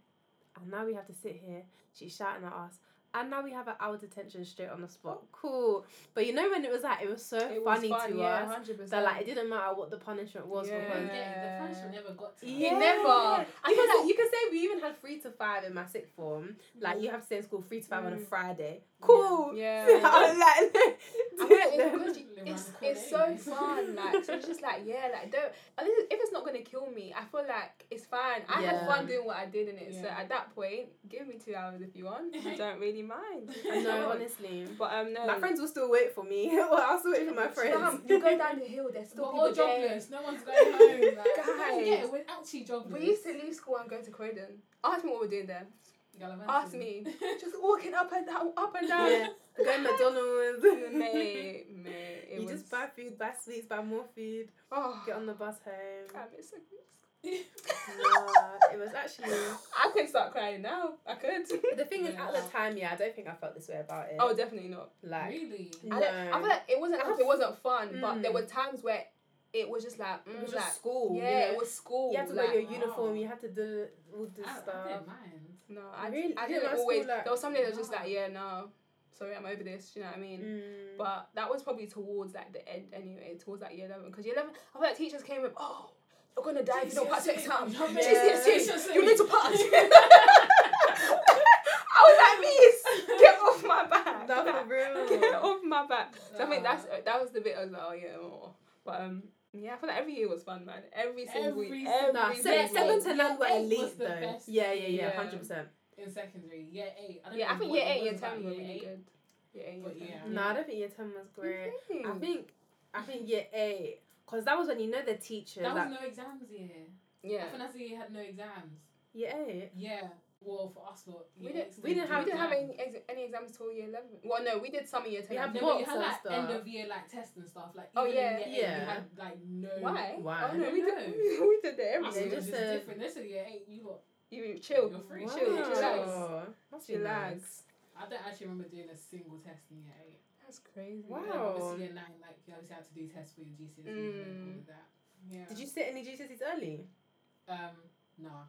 and now we have to sit here. She's shouting at us, and now we have an hour detention straight on the spot. Cool. But you know when it was like, it was so It was funny fun, to yeah, us 100%. that like it didn't matter what the punishment was because Yeah. Yeah, the punishment never got to her. Yeah. never- you can, say, you can say we even had three to five in my sixth form. Like you have to stay in school three to five on a Mm. Friday. Cool. Yeah. I was like, dude, I mean, it's, Literally it's, around the it's so corner, fun. Like, so it's just like, yeah, like, don't, at least if it's not going to kill me, I feel like it's fine. I Yeah. had fun doing what I did in it. So Yeah. at that point, give me two hours if you want. I don't really mind. no, honestly, But, um, no. my friends will still wait for me. well, I'll still wait for my friends. Fam, you go down the hill, there's We're still all people there. jobless. No one's going home. Like, Guys. yeah, we're actually jobless. We used to leave school and go to Croydon. Ask me what we're doing there. Gallivanting. Ask me. Just walking up and down, up and down. yeah, go to McDonald's. Mate, mate, it you was- just buy food, buy sweets, buy more food, Oh, get on the bus home. I miss it. Yeah, it was actually I could start crying now. I could. the thing is Yeah. at the time. Yeah, I don't think I felt this way about it. oh, definitely not. like really? No. I, don't, I feel like it wasn't. Like, it wasn't fun, but there Mm. were times where it was just like, mm, it was like just school. yeah, you know? it was school. You had to like, Oh, wear your wow. uniform. You had to do all this I, stuff. I didn't mind. no, I Really? I You didn't didn't like school, always. like- there was something that was just No. like, yeah, no, sorry, I'm over this. Do you know what I mean? Mm. But that was probably towards like the end anyway, towards like year eleven, because year eleven, I feel like teachers came with, oh, you're gonna die if you don't pass your exam. Yeah. GCSE, you need to pass. I was like, miss, get off my back. no, for Get oh, real. off my back. So I think that's that was the bit I was like, oh yeah, oh. but um, yeah, I feel like every year was fun, man. Every single Every week, single- every Nah, Really seven, seven single to week. really nine were Year eight was elite the though. best. Yeah, yeah, yeah, Yeah. hundred percent. in secondary, year eight. I don't Yeah, I know think what year it eight, year was about ten were year really eight. good. Year eight, But year yeah. ten. No, I don't think year ten was great. I think, I think year eight, cause that was when you know the teachers. That like, was no exams year. Yeah. I think that's the year you had no exams. year eight. Yeah. Well, for us, lot. We year didn't- eights we didn't We have- didn't have exams. any, ex- any exams till year 11. Well, no, we did some in year 10. We have No, mocks but you had and like stuff. end of year like tests and stuff. Like Oh, even yeah. in year eight, Yeah. you had like no. Why? Why? Oh, no, we I did, don't we did that They every I thought it year. was just just said- different. This is year eight. You lot. You chill. You're free. Wow. Chill. Chill. Wow. Must be Chillax. nice. I don't actually remember doing a single test in year eight. That's crazy. Wow. And obviously year nine, like you obviously had to do tests for your GCSEs E and all Mm. of that. Yeah. Did you sit any GCSEs early? Um. Nah.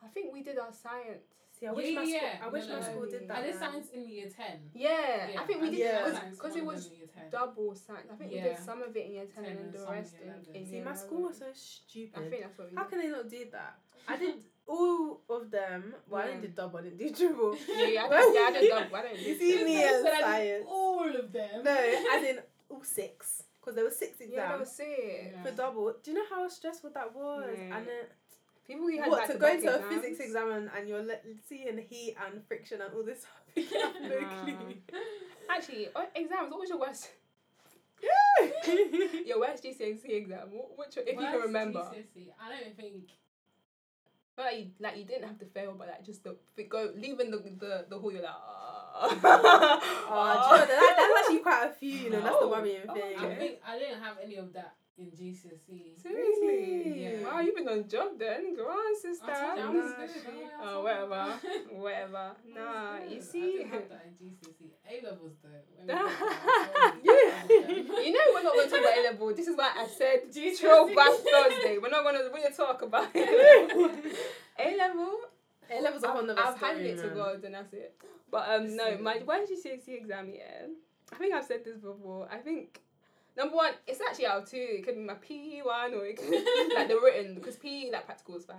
I think we did our science. See, I wish Yeah, my school, yeah. I wish No, my no, school no. did that. I did man. science in year ten. Yeah, I think we I did did science Yeah. because one it of was them in year 10. double science. I think we Yeah. did some of it in year 10, 10 and and the some in rest year in, 11. in See, year my school was 11. so stupid. I think that's what we How did. can they not do that? I did all of them. Well, I didn't do double. I didn't do triple. Yeah, I did, yeah, I did double. I don't You see me Said as I did science. All of them. No, as in all six, because there were six exams Yeah, that was it. Yeah. for double. Do you know how stressful that was? Yeah. And then, People we had what back to to go back to a exams. physics exam and, and you're le- seeing heat and friction and all this. I have no Nah. clue. Actually, uh, exams. What was your worst? Your worst GCSE exam. What, which, if you can Worst remember, GCSE, E? I don't think. Not like you, like you didn't have to fail, but like just the if it go leaving the the, the hall. You're like, ah. Oh, do you know, that, that's actually quite a few, you know, that's the No. worrying Oh my thing. God. I think I didn't have any of that in GCSE. seriously. Really? Wow, you've been on job then, go on, sister. I told you, I was Nah, good, she- don't worry, I Oh, told whatever, you. whatever. Nah, I was you good. see. I didn't have that in GCSE. A levels though. You know we're not going to talk about A level. This is why I said GCSE. throwback Thursday. We're not going to really talk about it. A level. A levels are a whole I've, nother I've story, handed it to man. God and that's it. But um no, Listen. my where's GCSE exam yeah. I think I've said this before. I think number one, it's actually out of two. It could be my PE one or it could like the written because PE that practical is fine.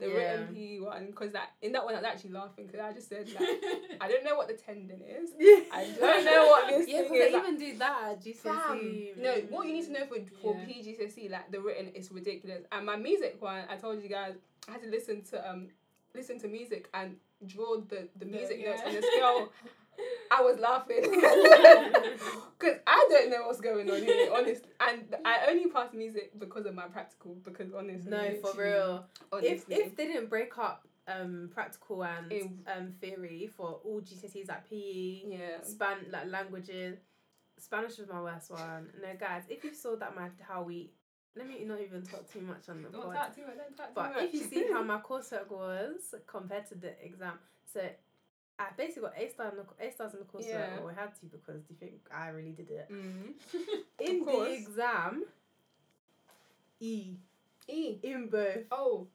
The Yeah. written PE one because that in that one I was actually laughing because I just said like I don't know what the tendon is. I don't know what this Yeah, thing because is. they even do that at Fam, GCSE. no, what you need to know for for Yeah. E, PGCSE, like the written is ridiculous. And my music one, I told you guys, I had to listen to um listen to music and draw the, the The- music notes yeah. on a scale. I was laughing because I don't know what's going on here, honestly. And I only passed music because of my practical. Because honestly, No, for Literally. real. If honestly, if they didn't break up um practical and Ew. um theory for all GCSEs like PE, yeah, span like languages, Spanish was my worst one. No, guys, if you saw that my how we let me not even talk too much on the Don't pod. talk too much. Don't talk too But much. if you see how my coursework was compared to the exam, so I basically got A star in the A stars in the coursework. Yeah. Or I had to because do you think I really did it mm. in the course. exam? E E in both oh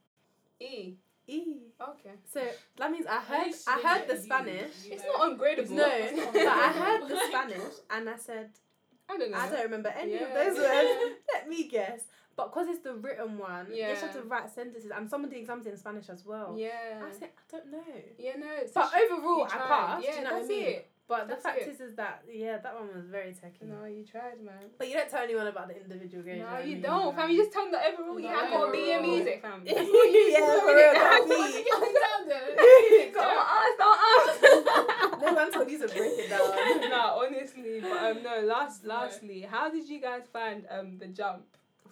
E E. okay. So that means I At heard least I you heard get the you, Spanish. you It's know. not ungradable. No, It's not but I ungradable. heard the Spanish and I said I don't know. I don't remember any of Yeah. those words. Let me guess. But because it's the written one, you just have Yeah. to write sentences, and some of the exams in Spanish as well. Yeah. I said I don't know. yeah, no. It's But a sh- overall, you I tried. passed. Yeah, do you know what I that's mean? it. But That's the fact it. is, is that yeah, that one was very techy. No, you tried, man. But you don't tell anyone about the individual games. No, you mean? don't, fam. You just tell them the overall E. you No, have got B in overall. music, fam. yeah, That's for what you doing real, it. that's What me. did you tell them? Don't ask, don't ask. No one told you to break it down. no, honestly, but um, no. Last, No. lastly, how did you guys find um the jump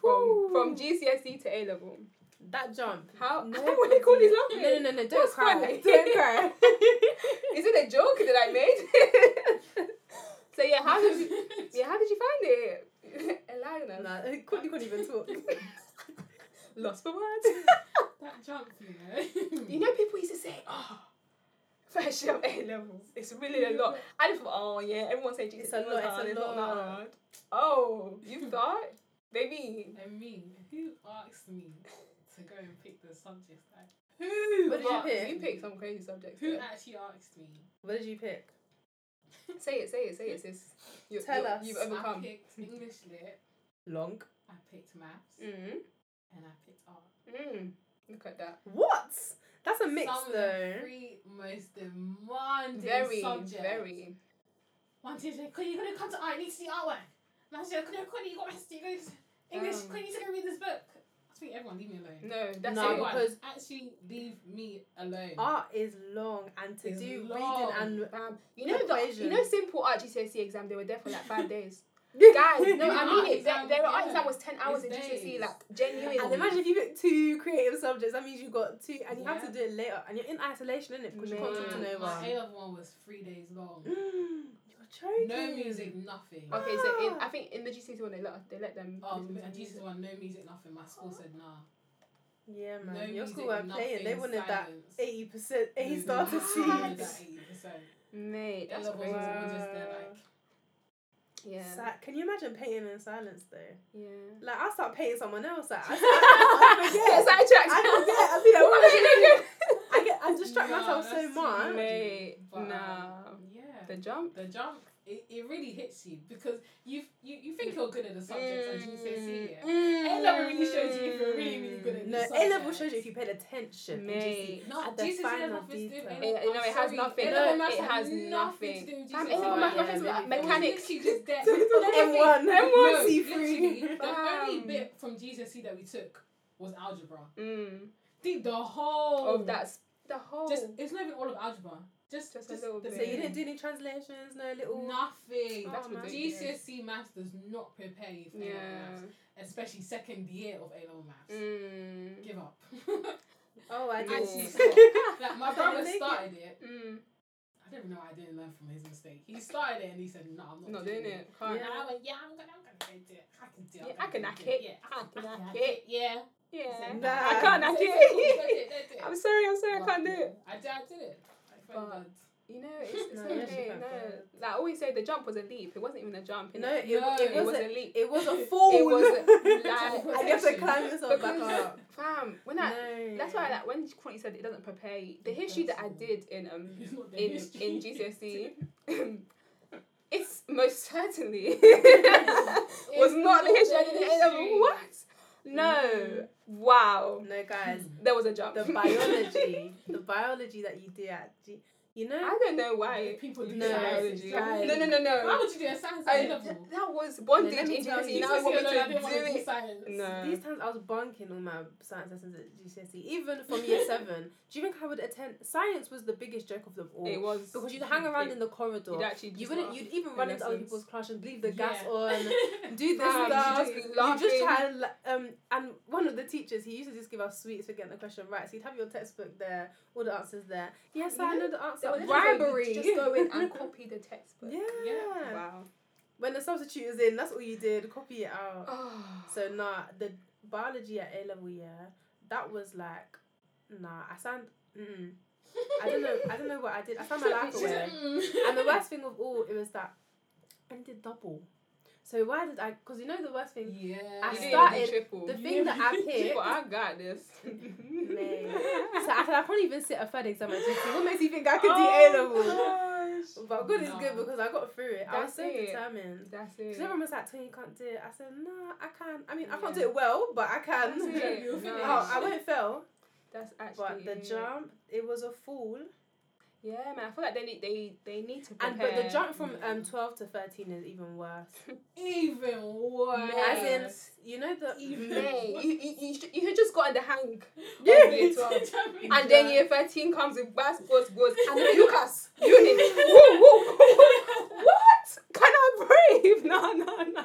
Whew. from from GCSE E to A level? That jump. How? No, what do Oh, you call this laughing? No, no, no, no! Don't What's cry. funny? Don't cry. Is it a joke that I made? so yeah, how did you? Yeah, how did you find it? Elena, no, Courtney couldn't even talk. lost for words. That jump, you know. You know, people used to say, "Oh, first year of A levels, it's really a lot." I just thought, "Oh yeah, everyone said It's it's a a lot, it's hard, a it's not that lot." hard." Oh, you thought? Baby, And me, who asked me to go and pick the subject? Like, who? What did you asked pick? me? you picked some crazy subjects. Who there. actually asked me? What did you pick? Say it, say it, say it, sis. You, Tell you, us. You've I overcome. picked English lit. Long. I picked maths, Mm. and I picked art. Mm. Look at that. What? That's a mix Some though. Of the three most demanding Very, subjects. very. One teacher said, "Courtney, you're gonna come to art. You need to see artwork." And I said, "No, Courtney, you got rest. You got English. Um. Courtney, you need to go read this book." I think everyone leave me alone. No, that's No, it. everyone, because- actually leave me alone. Art is long, and to It's do long. reading Um, you know the, Equation. you know simple art GCSE E exam they were there for like five days. and Guys, no, I Art mean it. exam, Their art yeah. exam was ten hours It's in GCSE, days. E, like genuinely. And imagine if you pick two creative subjects, that means you got two, and you have to do Yeah. it later, and you're in isolation, innit? Because you can't talk to Man, no one. Mm. My A level one was three days long. you're joking. No music, nothing. Okay, so Ah. in, I think in the GCSE E one they let us, they let them. Um, listen and to Jesus music. one, no music, nothing. My school said nah. Yeah, Oh, man. No Your music, school weren't playing. They nothing, wanted that silence. eighty percent A No star to music, C. no music, that 80%. Mate, A that's level crazy. ones were just there like. Yeah, Si- Can you imagine painting in silence though? yeah. Like I start painting someone else. Like I, I Get forget. sidetracked. I forget. I be like, What was what you I get. I distract Nah, myself so that's much. too too Mate, much. But, nah. um, Yeah. thinking? The jump. the jump it, it really hits you because you you you Mm. think you're good at the subject and you say see it. Mm. A level really shows you if you're really, really good at No, It's A level subject. shows you if you paid attention. Mate. No, At the Jesus has final nothing to do. detail. with It- no, it has nothing. A level No, maths it has nothing to do. nothing. with Fam, A Jesus. level maths Yeah, has yeah, me- yeah. mechanics. It was literally just there. M one. M No, one C three. literally, The only Fam. bit from GCSE E that we took was algebra. Mm. Did the whole Of that, sp- Oh. the whole. Just it's not even all of algebra. Just Just just, a little the bit. So you didn't do beginning. any translations, no little. nothing. That's Oh, man. ridiculous. GCSE maths does not prepare you for A level Yeah. maths, especially second year of A level maths. Mm. Give up. Oh, I did. Actually, like my I thought brother they make started it. Mm. I don't even know. why I didn't learn from his mistake. He started it and he said, "No, I'm Not not, doing it. Can't. And Yeah. I went, "Yeah, I'm gonna, I'm gonna do it. I can do it. Yeah, I can do hack it. Yeah, I can hack it. Yeah, Yeah. He said, Nah. "No, I can't hack He said, it." "Don't do it, don't do it." I'm sorry. I'm sorry. I can't do it. I did. I did it. But- I found You know, it's, it's No, okay. yes, you can't no, go ahead. like I always say, the jump was a leap. It wasn't even a jump. No, innit? it, it, it was wasn't. a leap. It was a fall. It was like- I guess I climbed myself back Because- up. Fam, when I no. that's why like when Courtney said it doesn't prepare you. The It history that I doesn't. did in um it. It's not the in history. in GCSE, it's most certainly It's was not the history I did in A level. history. What? No, wow, No, guys. there was a jump. The biology, the biology that you do at G, You know, I don't know why. People do No, science. Biology. like- E. no, no, no, Why no. would you do a science I, at A th- level? that was No, let bondage me in tell GCSE. you. Now you want me You said you to don't wanna do do it. science. No. These times I was bonking all my science lessons at GCSE, E, even from year seven. Do you think I would attend? Science was the biggest joke of them all It was because you'd hang around it- in the corridor. You'd actually You just wouldn't. laugh. You'd even run in into other lessons. people's class and leave the Yeah. gas on, do this Fam, stuff. you'd just be You just laughing. try and la- um and one of the teachers he used to just give us sweets for getting the question right. So you'd have your textbook there, all the answers there. Yes, I You know the answer. There was Bribery. Just go in and copy the textbook. yeah. Yeah. Wow. When the substitute was in, that's all you did. Copy it out. Oh. So nah, the biology at A level yeah, that was like, nah. I sound. Mm-mm. I don't know. I don't know what I did. I found my life She's away. like, mm. And the worst thing of all, it was that I did double. So why did I? Because you know the worst thing. Yeah. I you didn't started- even do triple. The thing that I picked. But I got this. Mate. So I said I can't even sit a third exam at GC. What makes you think I could do A level? oh, gosh. But good is No. good because I got through it. I was That's so it. determined. That's Because it. everyone was like, "Tony, you can't do it." I said, "Nah, I can. I mean, I can't do Yeah. it well, but I That's can." it. You'll No. finish. oh, I won't fail. That's actually. But the it. jump, it was a fall. Yeah, man. I feel like they need they they need to prepare. And but the jump from Yeah. um twelve to thirteen is even worse. Even worse. As in, you know the Even- Mate, you, you, you, sh- you had just gotten the hang, Yeah. and then year thirteen comes with basketball scores, and then Lucas, unit, woo, woo, What? what can I breathe? No, no, no.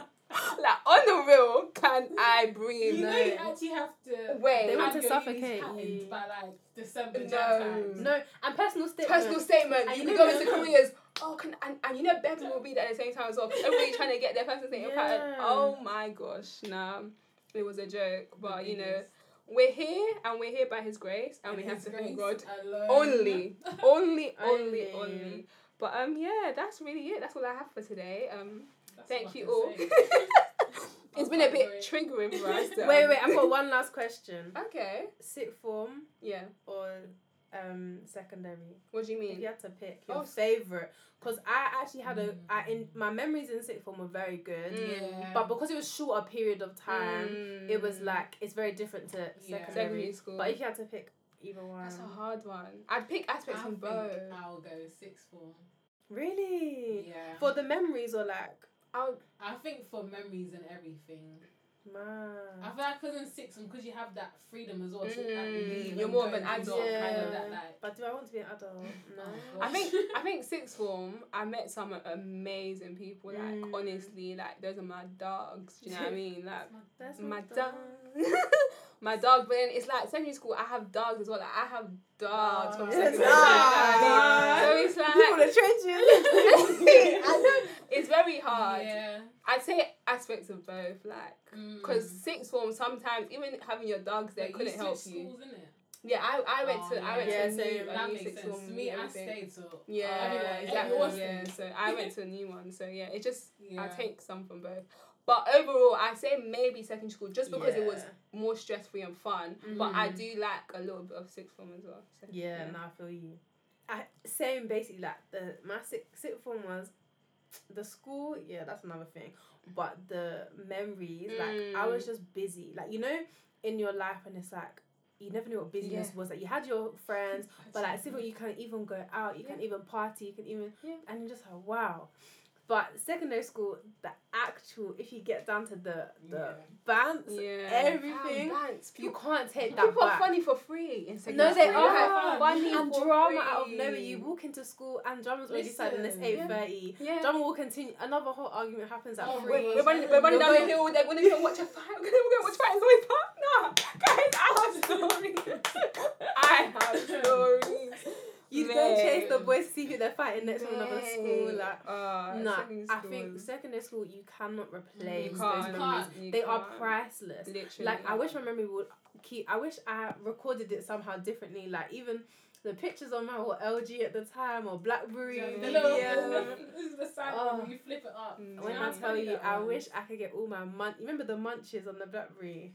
Like on the real, can I breathe? You know, you No. actually have to. Wait. They want have to your suffocate knees patterned you. by like December. No. Jan time. no and personal statement. Personal statement. And You you can know- go into careers. Oh, can and, and you know Bebs will be there at the same time as well. Everybody trying to get their personal statement Yeah. pattern. Oh my gosh, nah, it was a joke. But you know, we're here and we're here by His grace, and, we have His to thank God grace alone. only, only, only, Only. only. But um, yeah, that's really it. That's all I have for today. Um, That's thank what you I'm all. saying. it's been a Sorry. bit triggering for us. to- Wait, wait. I've got one last question. Okay. Sit form Yeah. or um secondary? What do you If you mean? had to pick your Oh, s- favorite, because I actually had a Mm. I in my memories in sixth form were very good, Mm. Yeah. but because it was shorter period of time, Um, it was Mm. like it's very different to Yeah. secondary. secondary school. But if you had to pick either one, That's a hard one. I'd pick aspects I from think both. I'll go sixth form. really Yeah. for the memories or like I'll, I think for memories and everything. I man. feel like because in sixth form, because you have that freedom as well. to, like, Mm, leave you're and more of go an and do adult kind Yeah. of that like. But do I want to be an adult? No. Oh, I gosh. think I think sixth form. I met some amazing people. Like Mm. honestly, like those are my dogs. Do you know what I mean? Like That's my dog. dog, my dog. But then it's like secondary school. I have dogs as well. Like I have dogs from Dogs. secondary school. Ah. you know what I mean? So it's People like are trenches. I don't- it's very hard. Yeah. mm. I'd say aspects of both. Like because sixth form sometimes even having your dogs there But you couldn't help switch you. Schools, innit? Yeah, I, I went Oh, to I went yeah. Yeah, to a same. new, a That new makes sixth sense. form. To me, and I everything. stayed to Yeah, everyone, exactly. everyone Yeah, stayed. so I went to a new one. So yeah, it just Yeah. I take some from both. But overall, I say maybe secondary school just because it was more stress free and fun. But I Mhm. do like a little bit of sixth form as well. So, Yeah, no, I feel you. I same basically like the my sixth, sixth form was the school. Yeah, that's another thing. But the memories, like I Mm. was just busy. Like you know, in your life, and it's like you never knew what busyness was. Like you had your friends, but like civil, you can even go out. You can even party. You can even Yeah. and you're just like wow. But secondary school, the actual if you get down to the the Yeah. bands, yeah, everything, Damn, dance. you People, can't take that people are back. funny for free in secondary No, they school. are. Like, funny and for drama free. out of nowhere. You walk into school and drama's already starting. It's Listen, eight yeah. thirty. Yeah. Drama will continue. Another whole argument happens at Oh, three. We're, we're running, we're running down the hill. They're going to go watch a fight. We're going to go watch a fight in Zoe Park. No, guys, I have stories. I have stories. You'd go Man. chase the boys to see who they're fighting next from another Dang. school. Like, Ah, nah, secondary I school. think secondary school you cannot replace You those can't. memories. You They are can't. priceless. Literally. Like I wish my memory would keep. I wish I recorded it somehow differently. Like even the pictures on my were LG at the time or BlackBerry. Yeah, the Yeah. little VDM. this is the side Oh. when you flip it up. Mm. When Yeah, I I'm tell you, I wish I could get all my munch. Remember the munches on the blackberry?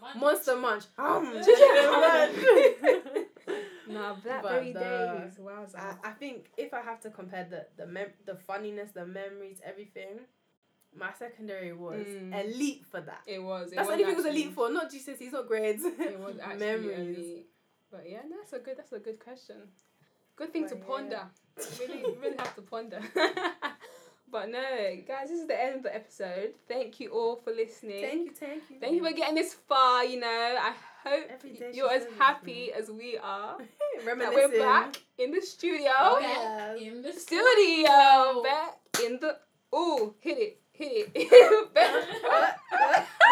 Monster. Monster munch. Um, Did you no, Nah, Blackberry But the- days. Wow. I, I think if I have to compare the the mem- the funniness, the memories, everything, my secondary was Mm. elite for that. It was. It That's was the only thing it was actually- elite for, not GCSEs, E, not grades. It was actually Memories. elite. But yeah, no, that's a good. That's a good question. Good thing to But yeah. ponder. really, really have to ponder. but no, guys, this is the end of the episode. Thank you all for listening. Thank you, thank you. Thank you for getting this far. You know, I hope Every day you're she as says this, happy as we are. That Reminiscing. we're back in the studio. Oh, Back yeah. in the Studio. Back in the. Ooh, hit it, hit it. Back-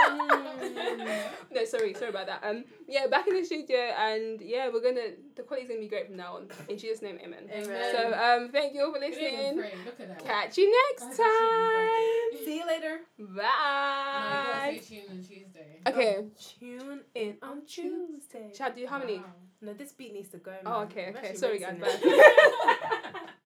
Mm. no, sorry, sorry about that. Um, yeah, back in the studio, and yeah, we're gonna. The quality's gonna be great from now on. In Jesus' name, amen. Amen. So um, thank you all for We didn't even listening. pray. Look at that. Catch you next time. See you later. Oh No, you Bye. gotta stay tuned on Tuesday. Okay, Um, Tune in on Tuesday. Chad, do you have any? Wow. No, this beat needs to go. Oh, man. okay, I'm okay. actually Sorry, guys. rinsing it. Bye.